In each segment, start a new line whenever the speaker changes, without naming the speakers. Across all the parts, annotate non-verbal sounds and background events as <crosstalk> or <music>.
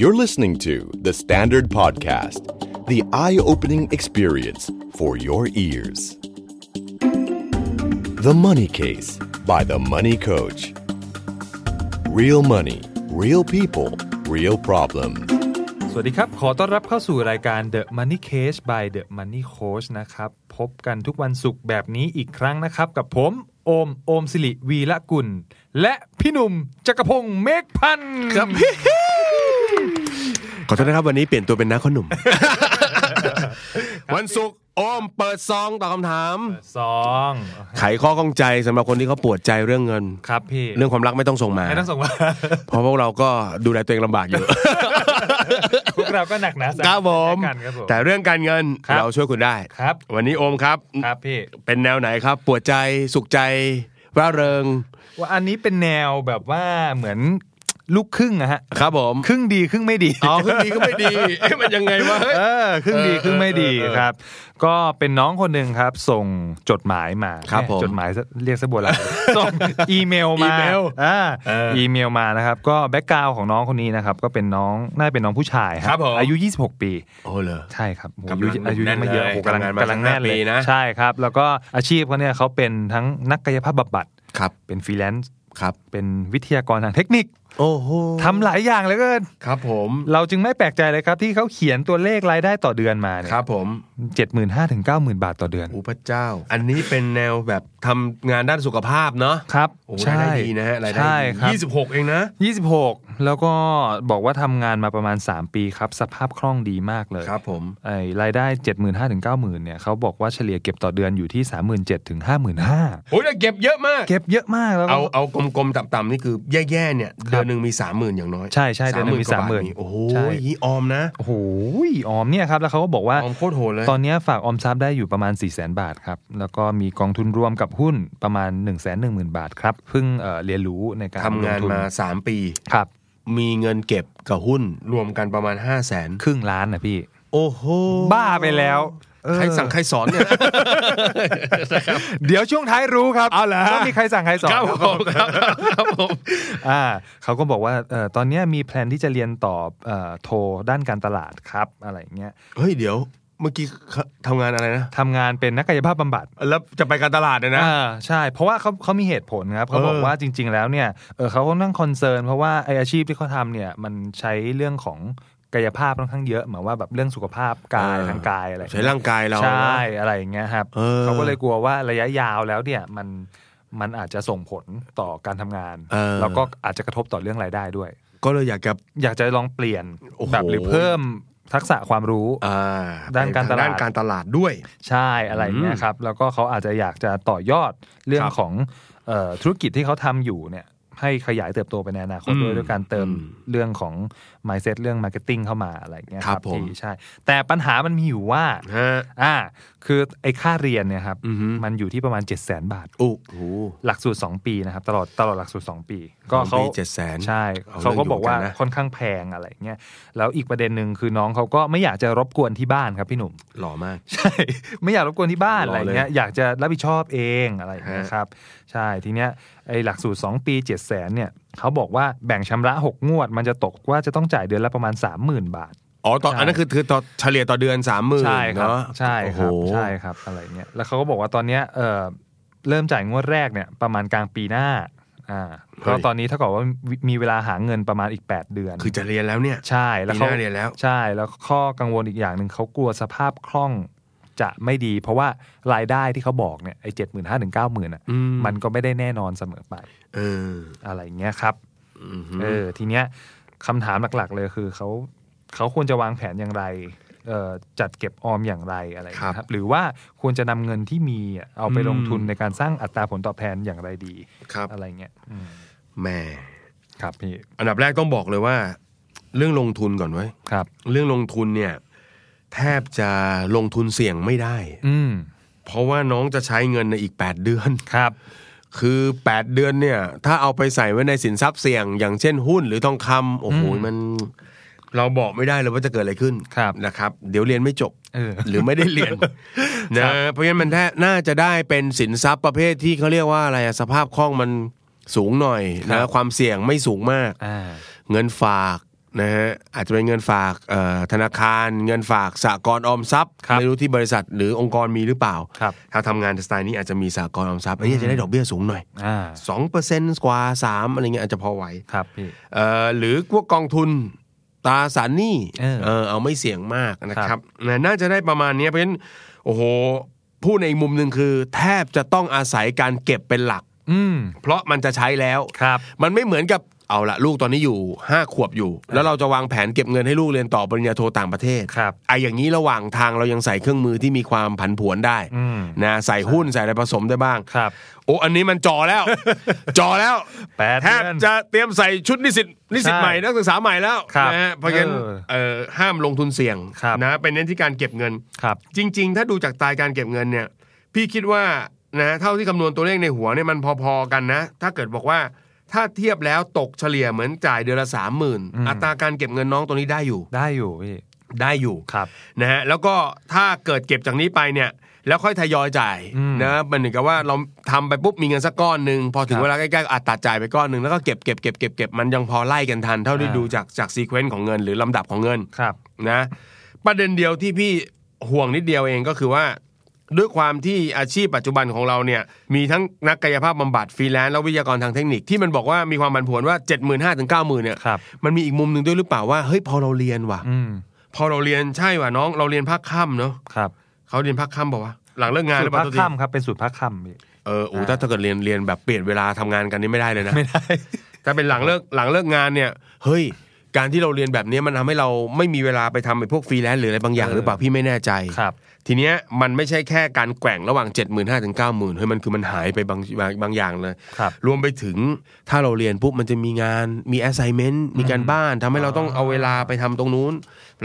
You're listening to The Standard Podcast, the eye opening experience for your ears. The Money Case by The Money Coach. Real money, real people, real problem.
สวัสดีครับ ขอต้อนรับเข้าสู่รายการ The Money Case by The Money Coach นะครับ พบกันทุกวันศุกร์แบบนี้อีกครั้งนะครับ กับผม โอม โอมสิริวีละกุล และพี่หนุ่มจักรพงศ์เมฆพันธ์ครับ
ขอโทษนะครับ วันนี้เปลี่ยนตัวเป็นนักขอหนุ่ม วันศุกร์โอมเปิดซองตอบคำถาม
สอง
ไขข้อข้องใจสำหรับคนที่เขาปวดใจเรื่องเงิน
ครับพี่
เรื่องความรักไม่ต้องส่งมา
ไม่ต้องส่งมา
เพราะพวกเราก็ดูแลตัวเองลำบากอยู่
พวกเราก็หนักหนาสา
ครับผม
กันครับผม
แต่เรื่องการเงิน
ครับ
เราช่วยคุณได้
ครับ
วันนี้โอมครับ
ครับพี่
เป็นแนวไหนครับ ปวดใจสุขใจร่าเริง
ว่าอันนี้เป็นแนวแบบว่าเหมือนลูกครึ่งอะฮะ
ครับผม
ครึ่งดีครึ่งไม่ดี
อ๋อขึ้นดีก็ไม่ดีเอ๊ะมันยังไงวะเฮ้ย
เออครึ่งดี
เออ
ครึ่งไม่ดี
เออเออ
ครับ ก็เป็นน้องคนหนึ่งครับ ส่งจดหมายมา
ครับผม
จดหมายเรียกซะโบรา
<laughs>
ณ ส่งอีเมล
อี
มา
เมล
อ่า
เออ
อีเมลมานะครับ ก็แบ็กกราวของน้องคนนี้นะครับ ก็เป็นน้องน่าจะเป็นน้องผู้ชาย
ครับผม
อายุ 26 ปี
โอ้เหรอ
ใช่ครับโอ้โห
กำลัง
อายุอายุยังไม่เยอะโอ้โห
แน่นเลย
กำลัง
ทำงานมาก
ำลังแน่นเล
ห้าปี
ย
นะ
ใช่ครับ แล้วก็อาชีพเขาเนี่ยเขาเป็นทั้งนักกายภาพบำบัด
ครับ
เป็นฟรีแลนซ์
ครับ
เป็นวิทยากรทางเทคนิค
โอ้โห
ทำหลายอย่างเหลยก็
ครับผม
เราจึงไม่แปลกใจเลยครับ ที่เขาเขียนตัวเลขรายได้ต่อเดือนมาเนี่ย
ครับผม
เจ็ดหมื่นห้าถึงเก้าหมื่นบาทต่อเดือน
โอ้พระเจ้า อันนี้เป็นแนวแบบทำงานด้านสุขภาพเนาะ
ครับ
โอ้รายได้ดีนะฮะรายได้
ใช่ครับ
ยี่สิบหกเองนะ
ยี่สิบหกแล้วก็บอกว่าทำงานมาประมาณ 3 ปีครับ สภาพคล่องดีมากเลย
ครับผม
ไอ้รายได้ 7 5 0 0 0ถึง90,000เนี่ยเขาบอกว่าเฉลี่ยเก็บต่อเดือนอยู่ที่ 37,000ถึง55,000
โอ้ยแต่เก็บเยอะมาก
เก็บเยอะมากแล้วก็
เอาเอากลมๆต่ำๆนี่คือแย่ๆเนี่ย
ครั
เดื
บ
อนหนึ่งมีสามหมื่นอย่างน้อย
ใช่ใช่เดือนหนึ่งมี
กว่บท
30,000
โอ้โห
ใช่
ออมนะ
โอ้โหออมเนี่ยครับ แล้วเขาก็บอกว่า
ออมโคตรโหดเลย
ตอนเนี้ยฝากออมทรัพย์ได้อยู่ประมาณ 4 0 0แสนบาทครับ แล้วก็มีกองทุนรวมกับหุ้นประมาณ 1 1 0 0 0 0 บาทครับเพิ่งเอ่อเรียนรู้ในการ
ทำงาน
ลทุ
มาสามปี
ครับ
มีเงินเก็บกับหุ้นรวมกันประมาณห้าแสน
ครึ่งล้านนะพี่
โอ้โห
บ้าไปแล้วเออ
ใครสั่งใครสอนเนี่ย
เดี๋ยวช่วงท้ายรู้ครับ
เอาเหรอฮะ
ว่ามีใครสั่งใครสอน
ครับผมครับครับผม
อ่าเขาก็บอกว่าเอ่อตอนเนี้ยมีแพลนที่จะเรียนต่อเอ่อโทด้านการตลาดครับอะไรอย่างเงี้ย
เฮ้ยเดี๋ยวเมื่อกี้ทำงานอะไรนะ
ทำงานเป็นนักกายภาพบำบัด
แล้วจะไปการตลาดเนี่ยนะ
อ่าใช่ เพราะว่าเขาเขามีเหตุผลครับเขาบอก
เออ
ว่าจริง ๆ แล้วเนี่ยเออเขาก็นั่งคอนเซิร์นเพราะว่าไออาชีพที่เขาทำเนี่ยมันใช้เรื่องของกายภาพค่อนข้างเยอะเหมือนว่าแบบเรื่องสุขภาพกายทางกายอะไร
ใช้ร่างกายเรา
ใช่ อะไรอย่างเงี้ยครับ
เออ
เขาก็เลยกลัวว่าระยะยาวแล้วเนี่ยมันมันอาจจะส่งผลต่อการทำงาน
เออ
แล้วก็อาจจะกระทบต่อเรื่องรายได้ด้วย
ก็เลยอยากจะ
อยากจะลองเปลี่ยน
โอ้โห
แบบหรือเพิ่มทักษะความรู้
อ่า
ด้านการตลาด
ไปทงด้านการตลาดด้วย
ใช่อะไรอย่างเงี้ยครับ แล้วก็เขาอาจจะอยากจะต่อยอดเรื่อง
ครับ
ของเอ่อธุรกิจที่เขาทำอยู่เนี่ยให้ขยายเติบโตไปในอนาคตด้วย
อืม
ด้วยการเติม
อืม
เรื่องของ mindset เรื่อง marketing เข้ามาอะไรอย่างเงี้ย
ครับผม
ที่ใช่ แต่ปัญหามันมีอยู่ว่า
ฮะ
อ่า คือไอ้ค่าเรียนเนี่ยครับ
อือฮึ
มันอยู่ที่ประมาณ 7 0 0 0 0 0 บาท
โอ้โห
หลักสูตร 2 ปีนะครับ ตลอดตลอดหลักสูตร 2 ปี ก็เขา
สองปี700,000
ใช่
เอาเรื่อง
เขาก็บอกว่า
อยู่เหมือนกันนะ
ค่อนข้างแพงอะไรเงี้ย แล้วอีกประเด็นหนึ่งคือน้องเขาก็ไม่อยากจะรบกวนที่บ้านครับ
<laughs>
พี่หนุ่ม
หล่อมาก
ใช่ ไม่อยากรบกวนที่บ้าน
รอ
อะไร
เลย
เงี้ย อยากจะรับผิดชอบเองอะไรเงี้ย
ฮะ
ครับ ใช่ ทีเนี้ยไอ้หลักสูตร 2 ปี 7 0 0 0 0เนี่ยเขาบอกว่าแบ่งชำระ 6 งวด มันจะตกว่าจะต้องจ่ายเดือนละประมาณ 30,000 บาท
อ๋อตอน
ใช่
อันนั้นคือคือต่อเฉลี่ยต่อเดือนสามหมื่น
ใช่ครับ
เนาะ
ใช่ครับ
โอ้โห
ใช่ครับอะไรเงี้ยแล้วเขาก็บอกว่าตอนเนี้ยเออเริ่มจ่ายงวดแรกเนี่ยประมาณกลางปีหน้าอ่าก็ตอนนี้เท่ากับว่ามีเวลาหาเงินประมาณอีก 8 เดือน
คือจะเรียนแล้วเนี่ย
ใช่แล้วเขา
ปีหน้าเรียนแล้ว
ใช่แล้วข้อกังวลอีกอย่างหนึ่งเขากลัวสภาพคล่องจะไม่ดี เพราะว่ารายได้ที่เขาบอกเนี่ยไอ้เจ็ดหมื่นห้าถึงเก้าหมื่นอ่ะ
อื
มันก็ไม่ได้แน่นอนเสมอไป
เออ
อะไรเงี้ยครับ
อือหือ
เออทีเนี้ยคำถามหลัก ๆ เลยคือเขาเขาควรจะวางแผนอย่างไรเอ่อจัดเก็บออมอย่างไรอะไรอย่างเงี้ย
ครับ
หรือว่าควรจะนำเงินที่มีอ่ะเอาไป
อืม
ลงทุนในการสร้างอัตราผลตอบแทนอย่างไรดี
ครับ
อะไรเงี้ยอืม
แหม่
ครับพี่
อันดับแรกต้องบอกเลยว่า เรื่องลงทุนก่อนไว้ย
ครับ
เรื่องลงทุนเนี่ย แทบจะลงทุนเสี่ยงไม่ได้
อืม
เพราะว่าน้องจะใช้เงินในอีก 8 เดือน
ครับ
คือ 8 เดือนเนี่ย ถ้าเอาไปใส่ไว้ในสินทรัพย์เสี่ยง อย่างเช่นหุ้นหรือทองคำโอ้โห
อืม
มัน เราบอกไม่ได้เลยว่าจะเกิดอะไรขึ้น
ครับ
นะครับ เดี๋ยวเรียนไม่จบ
เออ
หรือไม่ได้เรียน
ครั
นะ
บ
เพราะฉะนั้นมันแท้น่าจะได้เป็นสินทรัพย์ประเภทที่เขาเรียกว่าอะไรอะสภาพคล่องมันสูงหน่อยนะความเสี่ยงไม่สูงมาก
อ่า
เงินฝาก นะฮะอาจจะเป็นเงินฝากเอ่อธนาคารเงินฝากสากลออมทรัพย์
ครับ
ไม่รู้ที่บริษัทหรือองค์กรมีหรือเปล่า
ครับ
ถ้าทำงานสไตล์นี้อาจจะมีสากลออมทรัพย์อันนี้จะได้ดอกเบี้ยสูงหน่อย
อ่า
สองเปอร์เซ็นต์กว่าสามอะไรเงี้ยอาจจะพอไหว
ครับพี่
เอ่อหรือพวกกองทุนตราสารหนี้
เออ
เออเอาไม่เสี่ยงมากนะ
ค
ค
รั
รับบ นะน่าจะได้ประมาณเนี้ยเพราะฉะนั้นโอ้โหพูดในอีกมุมหนึ่งคือ แทบจะต้องอาศัยการเก็บเป็นหลัก
อืม
เพราะมันจะใช้แล้ว
ครับ
มันไม่เหมือนกับเอาละลูกตอนนี้อยู่ 5 ขวบอยู่ แล้วเราจะวางแผนเก็บเงินให้ลูกเรียนต่อปริญญาโทต่างประเทศ
ครับ
ไอ้อย่างนี้ระหว่างทางเรายังใส่เครื่องมือที่มีความผันผวนได้
อืม
นะใส่หุ้นใส่อะไรผสมได้บ้าง
ครับ
โอ้อันนี้มันจ่อ
<laughs>
แล้ว จ่อแล้ว
แปด
แทบ
เดือน
จะเตรียมใส่ชุดนิสิตนิสิต
ใช่
ใหม่นักศึกษาใหม่แล้ว
ครับ
นะฮะเพราะงั้น
เออ
เอ่อห้ามลงทุนเสี่ยง
ครับ
นะเป็นเน้นที่การเก็บเงิน
ครับ
จริง ๆ ถ้าดูจากตายการเก็บเงินเนี่ย พี่คิดว่านะเท่าที่คำนวณตัวเลขในหัวเนี่ยมันพอๆกันนะ ถ้าเกิดบอกว่าถ้าเทียบแล้วตกเฉลี่ยเหมือนจ่ายเดือนละสามหมื่น
อืม
อัตราการเก็บเงินน้องตัวนี้ได้อยู่
ได้อยู่พี่
ได้อยู่
ครับ
นะฮะแล้วก็ถ้าเกิดเก็บจากนี้ไปเนี่ย แล้วค่อยทยอยจ่าย
อืม
นะมันเหมือนกับว่าเราทำไปปุ๊บมีเงินสักก้อนหนึ่งพอถึ
ค
ง
รับ
เวลาใกล้ๆก็อัดตัดจ่ายไปก้อนหนึ่งแล้วก็เก็บเก็บเก็บเก็บเก็บมันยังพอไล่กันทัน เท่าที่
อ่า
ดูจากจากซีเควนซ์ของเงินหรือลำดับของเงิน
ครับ
นะประเด็นเดียวที่พี่ห่วงนิดเดียวเองก็คือว่า ด้วยความที่อาชีพปัจจุบันของเราเนี่ยมีทั้งนักกายภาพบำบัดฟรีแลนซ์และวิทยากรทางเทคนิคที่มันบอกว่ามีความผันผวนว่า 7 5 0 0 0ถึง90,000เนี่ย
ครับ
มันมีอีกมุมหนึ่งด้วยหรือเปล่าว่าเฮ้ยพอเราเรียนว่ะ
อืม
พอเราเรียนใช่ว่ะน้องเราเรียนภาคค่ำเนาะ
ครับ
เขาเรียนภาคค่ำบอกว่าวะหลังเลิกงานห
สู
รื
ตร
อเป
พัก
ล่าตัวที
ค่ำครับเป็นสูตรพักค่ำพี่
เออโอ้ถ้าถ้าเกิดเรียนเรียนแบบเปลี่ยนเวลาทำงานกันนี่ไม่ได้เลยนะ
ไม่ได้
ถ้าเป็นหลังเลิกหลังเลิกงานเนี่ยเฮ้ยการที่เราเรียนแบบนี้มันทำให้เราไม่มีเวลาไปทำไอ้พวกฟรีแลนซ์หรืออะไรบางอย่าง
เออ
หรือเปล่าพี่ไม่แน่ใจ
ครับ
ทีเนี้ยมันไม่ใช่แค่การแกว่งระหว่าง 7 5 0 0 0ถึง90,000เฮ้ยมันคือมันหายไปบางบางบางอย่างเลย
ครับ
รวมไปถึงถ้าเราเรียนปุ๊บมันจะมีงานมี assignment มีการบ้านทำให้เราต้องเอาเวลาไปทำตรงนู้น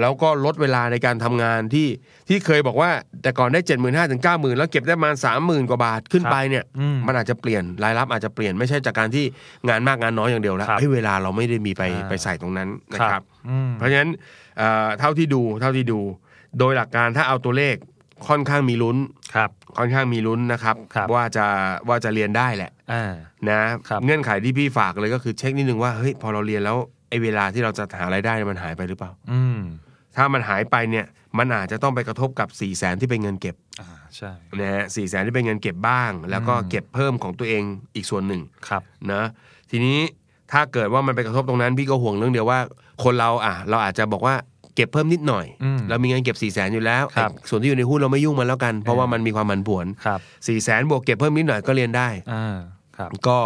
แล้วก็ลดเวลาในการทำงานที่ที่เคยบอกว่า แต่ก่อนได้ 7 5 0 0 0ถึง90,000 แล้วเก็บได้ประมาณ 30,000 กว่าบาทขึ้นไปเนี่ย
อืม
มันอาจจะเปลี่ยนรายรับอาจจะเปลี่ยนไม่ใช่จากการที่งานมากงานน้อยอย่างเดียวแล้ว
ครับ
เอ้ยเวลาเราไม่ได้มีไป
อ่า
ไปใส่ตรงนั้นนะครับ
อืม
เพราะฉะนั้นเอ่อเท่าที่ดูเท่าที่ดู โดยหลักการถ้าเอาตัวเลขค่อนข้างมีลุ้น
ครับ
ค่อนข้างมีลุ้นนะครับ
ครับ
ว่าจะว่าจะเรียนได้แหละ
อ่า
นะครับ เงื่อนไขที่พี่ฝากเลยก็คือเช็คนิดนึงว่าเฮ้ยพอเราเรียนแล้วไอ้เวลาที่เราจะหารายได้เนี่ยมันหายไปหรือเปล่า
อืม
ถ้ามันหายไปเนี่ยมันอาจจะต้องไปกระทบกับ4ี่แสนที่เป็นเงินเก็บ
อ่าใช่
นะฮะสี่แสนที่เป็นเงินเก็บบ้าง แล้วก็เก็บเพิ่มของตัวเองอีกส่วนหนึ่ง
ครับ
นะทีนี้ถ้าเกิดว่ามันไปกระทบตรงนั้นพี่ก็ห่วงเรื่องเดียวว่า คนเราอ่ะเราอาจจะบอกว่าเก็บเพิ่มนิดหน่อย
อืม
เรามีเงินเก็บ4ี่แสนอยู่แล้ว
ครับ
ไอ้ส่วนที่อยู่ในหุ้นเราไม่ยุ่งมันแล้วกันเพราะว่ามันมีความผันผวน
ครับ
4ี่แสนบวกเก็บเพิ่มนิดหน่อยก็เรียนได้
อ่า ครับ
ก็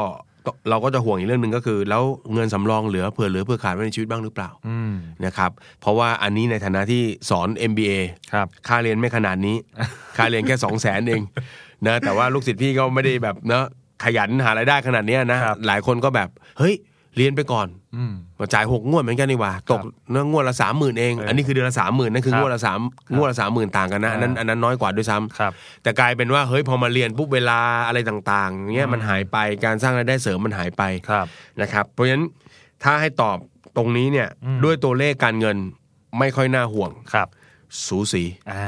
เราก็จะห่วงอีกเรื่องหนึ่งก็คือ แล้วเงินสำรองเหลือเผื่อเหลือเผื่อขาดไว้ในชีวิตบ้างหรือเปล่า
อืม
นะครับเพราะว่าอันนี้ในฐานะที่สอน MBA
ครับ
ค่าเรียนไม่ขนาด
<laughs>
นี้ ค่าเรียนแค่ 2 0 0แสนเองนะแต่ว่าลูกศิษย์พี่ก็ไม่ได้แบบเนอะขยันหารายได้ขนาดเนี้ยนะครับ หลายคนก็แบบ เฮ้ย เรียนไปก่อน
อืม
มาจ่ายหกงวดเหมือนกันนี่หว่าตกเนอะงวดละสามหมื่นเอง
เอออั
อันนี้คือเดือนละสามหมื่นนั่นคือ
ครับ
งวดละสามงวดละสามหมื่นต่างกันนะอันนั้น
อ่า
อันนั้นน้อยกว่าด้วยซ้ำ
ครับ
แต่กลายเป็นว่าเฮ้ยพอมาเรียนปุ๊บเวลาอะไรต่างๆเงี้ยมันหายไปการสร้างรายได้เสริมมันหายไป
ครับ
นะครับ เพราะฉะนั้นถ้าให้ตอบตรงนี้เนี่ย
อืม
ด้วยตัวเลขการเงินไม่ค่อยน่าห่วง
ครับ
สูสี
อ่า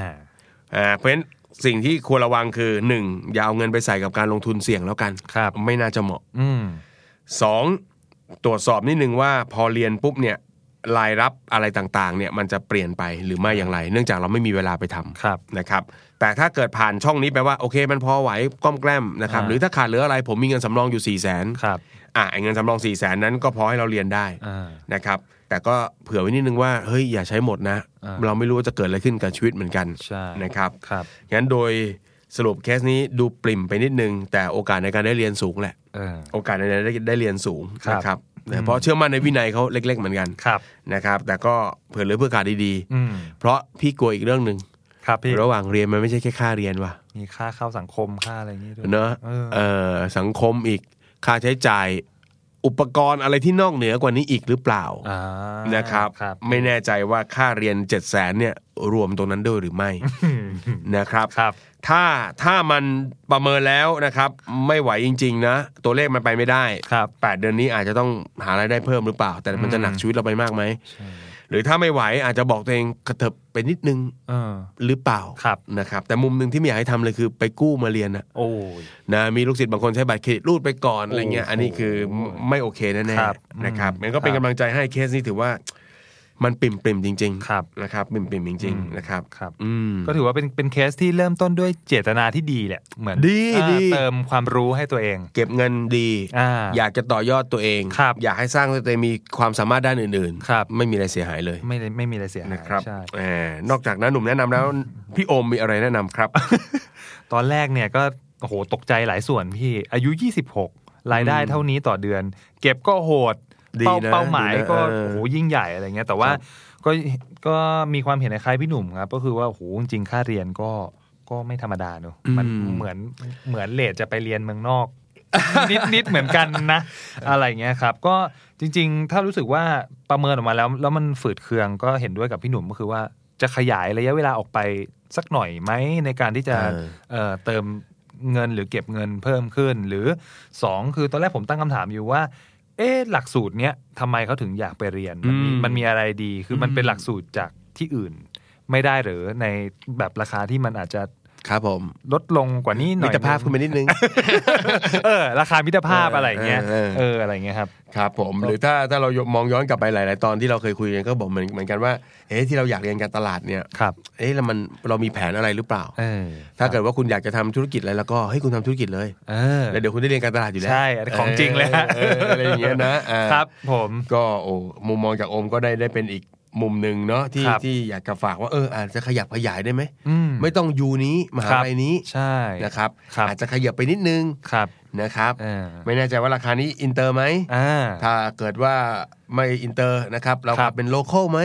อ่าเพราะฉะนั้นสิ่งที่ควรระวังคือ 1. อย่าเอาเงินไปใส่กับการลงทุนเสี่ยงแล้วกัน
ครับ
ไม่น่าจะเหมาะ
อืม
2. ตรวจสอบนิดนึงว่าพอเรียนปุ๊บเนี่ยรายรับอะไรต่างๆเนี่ยมันจะเปลี่ยนไปหรือไม่อย่างไร เนื่องจากเราไม่มีเวลาไปทำ
ครับ
นะครับแต่ถ้าเกิดผ่านช่องนี้ไปว่าโอเคมันพอไหวก้อมแกล้มนะครับ
อ่า
หรือถ้าขาดเหลืออะไรผมมีเงินสำรองอยู่4ี่แสน
ครับ
อ่ะไอ้เงินสำรอง4ี่แสนนั้นก็พอให้เราเรียนได้
อ่า
นะครับแต่ก็เผื่อไว้นิดนึงว่าเฮ้ยอย่าใช้หมดนะ
อ่า
เราไม่รู้ว่าจะเกิดอะไรขึ้นกับชีวิตเหมือนกัน
ใช่
นะครับ
ครับ
งั้นโดยสรุปเคสนี้ดูปริ่มไปนิดนึง แต่โอกาสในการได้เรียนสูงแหละ
เออ
โอกาสในการได้ได้เรียนสูง
ครับ
นะครับแต่เพราะเชื่อมั่นในวินัยเขาเล็ก ๆ เหมือนกัน
ครับ
นะครับแต่ก็เผื่อเหลือเผื่อขาดดี
อืม
ๆ เพราะพี่กลัวอีกเรื่องหนึ่ง
ครับพี่
ระหว่างเรียนมันไม่ใช่แค่ค่าเรียนว่ะ
มีค่าเข้าสังคมค่าอะไรอย่างงี้ด้วย
เนอะ
เออ
เออสังคมอีกค่าใช้จ่ายอุปกรณ์อะไรที่นอกเหนือกว่านี้อีกหรือเปล่า
อ่า
นะครับ
ครับ
ไม่แน่ใจว่าค่าเรียน7 0 0แสนเนี่ยรวมตรงนั้นด้วยหรือไม่ นะครับ
ครับ
ถ้าถ้ามันประเมินแล้วนะครับ ไม่ไหวจริง ๆ นะ ตัวเลขมันไปไม่ได้
ครับ
8 เดือนนี้อาจจะต้องหารายได้เพิ่มหรือเปล่า แต่มันจะหนักชีวิตเราไปมากไหม หรือถ้าไม่ไหวอาจจะบอกตัวเองกระเถิบไปนิดนึง
เออ
หรือเปล่า
ครับ
นะครับ แต่มุมหนึ่งที่ไม่อยากให้ทำเลยคือไปกู้มาเรียนอะ
โอ้ย
นะมีลูกศิษย์บางคนใช้บัตรเครดิตรูดไปก่อนอะไรเงี้ย
โอ้โห
อันนี้คือไม่ไม่โอเคแน่
ครับ
ๆนะครับ
อืม
มันก็เป็น
ครั
กำ
บ
ลังใจให้เคสนี้ถือว่า มันปิ่มปิ่มๆจริงๆ
ครับ
นะครับปิ่มปิ่มๆจริ
อื
ง
ม
ๆนะครับ
ครับ
อืม
ก็ถือว่าเป็นเป็นเคสที่เริ่มต้นด้วยเจตนาที่ดีแหละ เหมือน
ดี
อ่า
ดี
เติมความรู้ให้ตัวเอง
เก็บเงินดี
อ่า
อยากจะต่อยอดตัวเอง
ครับ
อยากให้สร้างตัวเองมีความสามารถด้านอื่น
ครับ
ไม่มีอะไรเสียหายเลย
ไม่ได้ไม่มีอะไรเสียหาย
นะครับ
ใช่
แหมนอกจากนั้นหนุ่มแนะนำแล้ว พี่โอมมีอะไรแนะนำครับ
ตอนแรกเนี่ยก็โอ้โหตกใจหลายส่วนพี่อายุ 26 รายได้เท่านี้ต่อเดือน เก็บก็โหด
ดี
เป้า
นะ
เป้าหมาย
ดีนะ
ก็
เออ
โอ้โหยิ่งใหญ่อะไรเงี้ยแต่ว่า
ครับ
ก็ก็มีความเห็นคล้ายๆพี่หนุ่มครับก็คือว่าโอ้โหจริงๆค่าเรียนก็ก็ไม่ธรรมดาเนอะมันเหมือนเหมือนเลดจะไปเรียนเมืองนอก นิดนิดเหมือนกันนะ อะไรเงี้ยครับ ก็จริง ๆ ถ้ารู้สึกว่าประเมินออกมาแล้วแล้วมันฝืดเคืองก็เห็นด้วยกับพี่หนุ่มก็คือว่าจะขยายระยะเวลาออกไปสักหน่อยไหมในการที่จะ
เออ
เอ่อเติมเงินหรือเก็บเงินเพิ่มขึ้น หรือ 2 คือตอนแรกผมตั้งคำถามอยู่ว่า เอ๊ะหลักสูตรเนี้ยทำไมเขาถึงอยากไปเรียน มันมี
อืม
มันมีอะไรดีคือมัน
อืม
เป็นหลักสูตรจากที่อื่น ไม่ได้หรือในแบบราคาที่มันอาจจะ
ครับผม
ลดลงกว่านี้หน่อ
มิ
ย
ตรภาพ
นึง
คุณไปนิดนึง
เออราคามิตรภาพอะไรอย่างเงี้ย
เออเออ
เอออะไรอย่างเงี้ยครับ
ครับผมหรือถ้าถ้าเรามองย้อนกลับไปหลาย ๆ ตอนที่เราเคยคุยกันก็บอกเหมือนเหมือนกันว่าเอ๊ะที่เราอยากเรียนการตลาดเนี่ย
ครับ
เอ๊ะแล้วมันเรามีแผนอะไรหรือเปล่า
เออ
ถ้าเกิดว่าคุณอยากจะทำธุรกิจอะไรแล้วก็ให้ยคุณทำธุรกิจเลย
เออ
แล้วเดี๋ยวคุณได้เรียนการตลาดอยู่แล้ว
ใช่ของจริงเลยฮะ
อออะไรอย่างเงี้ยนะอ่า
ครับผม
ก็โอ้มุมมองจากโอมก็ได้ได้เป็นอีกมุมหนึ่งเนาะที่
ครับ
ที่อยากจะฝากว่าเอออาจจะขยับขยายได้ไหม
อืม
ไม่ต้องยูนี้มหาลัยนี้
ใช่
นะครับ
ครับ
อาจจะขยับไปนิดนึง
ครับ
นะครับ
เออ
ไม่แน่ใจว่าราคานี้อินเตอร์ไหม
อ่า
ถ้าเกิดว่าไม่อินเตอร์นะครับ เรา
ครับ
เป็นโล c a l
<laughs>
ไหม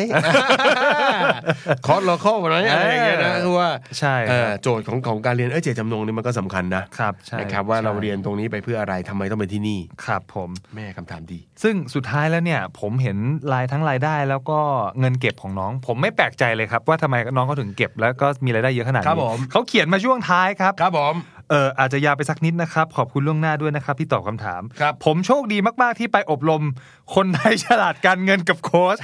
คอร์สโล c a l ไหมอะไรอย่างเงี้ยนะ
เออ
คือว่า
ใช่
เออโจทย์ของของการเรียนเออเจตจำนงนี่มันก็สำคัญนะครับ
ใช่
นะครับว่าเรา
ใช่
เรียนตรงนี้ไปเพื่ออะไรทำไมต้องเป็นที่นี่
ครับผม
แม่คำถามดี
ซึ่งสุดท้ายแล้วเนี่ยผมเห็นรายทั้งรายได้แล้วก็เงินเก็บของน้อง ผมไม่แปลกใจเลยครับ ว่าทำไมน้องเขาถึงเก็บแล้วก็มีรายได้เยอะขนาด
ครั
นี้
บผม
เขาเขียนมาช่วงท้ายครับ
ครับผม
เอออาจจะยาวไปสักนิดนะครับ ขอบคุณล่วงหน้าด้วยนะครับที่ตอบคำถาม
ครับ
ผมโชคดีมากๆที่ไปอบรม คนไทยฉลาดการเงินกับโค้
<laughs>
ช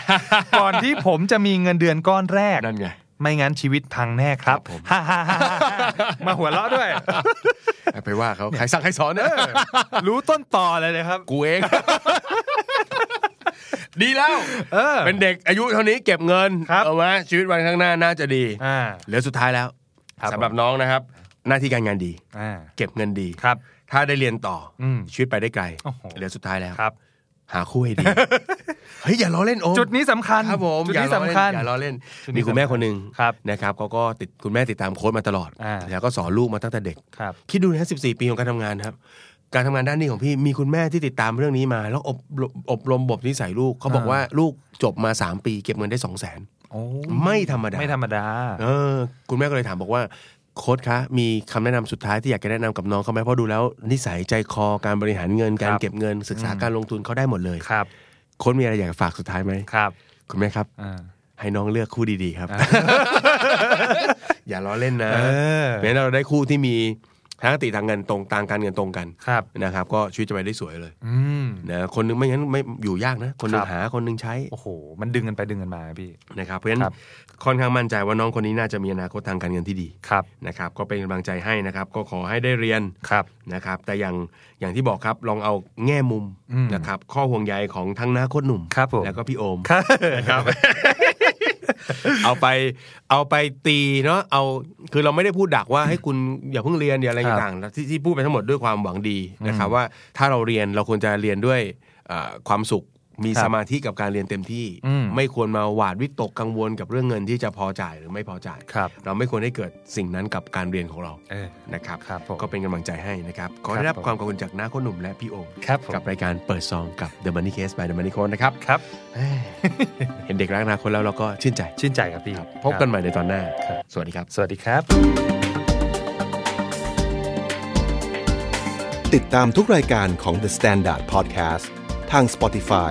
ก่อนที่ผมจะมีเงินเดือนก้อนแรก
นั่นไง
ไม่งั้นชีวิตพังแน่ครับ
ครับผม
ฮ่าฮ่าฮ่าฮ่า <laughs> มาหัวเราะ
<laughs>
ด้วย
ไปว่าเขาใครสั่งใครสอนเนอะ
รู้ต้นต่อเลยนะครับ
กูเอง <laughs> ดีแล้ว
เออ
เป็นเด็กอายุเท่านี้เก็บเงิน
ครับ
เอาไว้ชีวิตวันข้างหน้าน่าจะดี
อ่า
เหลือสุดท้ายแล้ว
ครับ
สำหรับ
ผม
น้องนะครับ หน้าที่การงานดี
อ่า
เก็บเงินดี
ครับ
ถ้าได้เรียนต่ออ
ม
ชีวิตไปได้ไกล
โอ้โห
เหลือสุดท้ายแล้ว
ครับ
หาคู่ให้ดี เฮ้ย อย่าล้อเล่นโอ้
จุดนี้สำคัญ
ครับผม
จุด
อย่า
นี้
ล้อ
สำ
เล่น
คัญ
อย่าล้อเล่น
จุดนี้
มีคุณแม่
สำคัญ
คนหนึ่ง
ครับ
นะครับเขาก็ติดคุณแม่ติดตามโค้ชมาตลอด
อ่า
แล้วก็สอนลูกมาตั้งแต่เด็ก
ครับ
คิดดูนะ14 ปีของการทำงานครับ การทำงานด้านนี้ของพี่มีคุณแม่ที่ติดตามเรื่องนี้มา แล้วอบรมอบรมบ่มนิสัยลูกเขาบอก
อ่า
ว่าลูกจบมา 3 ปีเก็บเงินได้ 2 0 0 0 0น
โอ้
ไม่ธรรมดา
ไม่ธรรมดา
เออ คุณแม่ก็เลยถามบอกว่า โค้ชคะ มีคำแนะนำสุดท้ายที่อยากจะแนะนำกับน้องเขาไหมเพราะดูแล้วนิสัยใจคอการบริหารเงินการ
ครับ
เก็บเงินศึกษาการลงทุนเขาได้หมดเลย
ครับ
โค้ชมีอะไรอยากจะฝากสุดท้ายไหม
ครับ
คุณแม่ครับ
อ่า
ให้น้องเลือกคู่ดีๆครับ
อ่า
อย่าล้อเล่นนะ
เออ
เพราะฉะนั้นเราได้คู่ที่มีทัศนคติทางเงินตรงต่างการเงินตรงกัน
ครับ
นะครับก็ชีวิตจะไปได้สวยเลย
อืม
นะคนหนึงไม่งั้นไม่อยู่ยากนะ คนห
ค
นึง
รับ
หาคนหนึงใช้
โอ้โห มันดึงกันไปดึงกันมาพี่
นะครับเพราะฉะนั้
คน รับ
ค่อนข้างมั่นใจว่าน้องคนนี้น่าจะมีอนาคตทางการเงินที่ดี
ครับ
นะครับก็เป็นกำลังใจให้นะครับก็ขอให้ได้เรียน
ครับ
นะครับแต่อย่างอย่างที่บอกครับลองเอาแง่มุม
อืม
นะครับข้อห่วงใยของทั้งน้าโคตรหนุ่ม
ครับผม
แล้วก็พี่โอม
ครับ
นะครับ เอาไปเอาไปตีเนาะเอาคือเราไม่ได้พูดดักว่าให้คุณอย่าเพิ่งเรียนอย่าอะไร
ครับ
ต่างๆที่ที่พูดไปทั้งหมดด้วยความหวังดีนะครับว่าถ้าเราเรียนเราควรจะเรียนด้วยเอ่อความสุขมี
ครับ
สมาธิกับการเรียนเต็มที่
อืม
ไม่ควรมาหวาดวิตกกังวลกับเรื่องเงินที่จะพอจ่ายหรือไม่พอจ่าย
ครับ
เราไม่ควรให้เกิดสิ่งนั้นกับการเรียนของเรา
เออ
นะครับ
ครับผม
ก็เป็นกำลังใจให้นะครับขอได้รับความกอบคุณจากน้าโคหนุ่มและพี่โอม
ครับผม
กับรายการเปิดซองกับ The Money Case by The Money Coach นะครับ
ครับ
<laughs> เห็นเด็กรักอนาคนแล้วเราก็ชื่นใจ
ชื่นใจครับพี่
พบกันใหม่ในตอนหน้า
ครับ
สวัสดีครับ
สวัสดีครับ
ติดตามทุกรายการของ The Standard Podcast ทาง Spotify,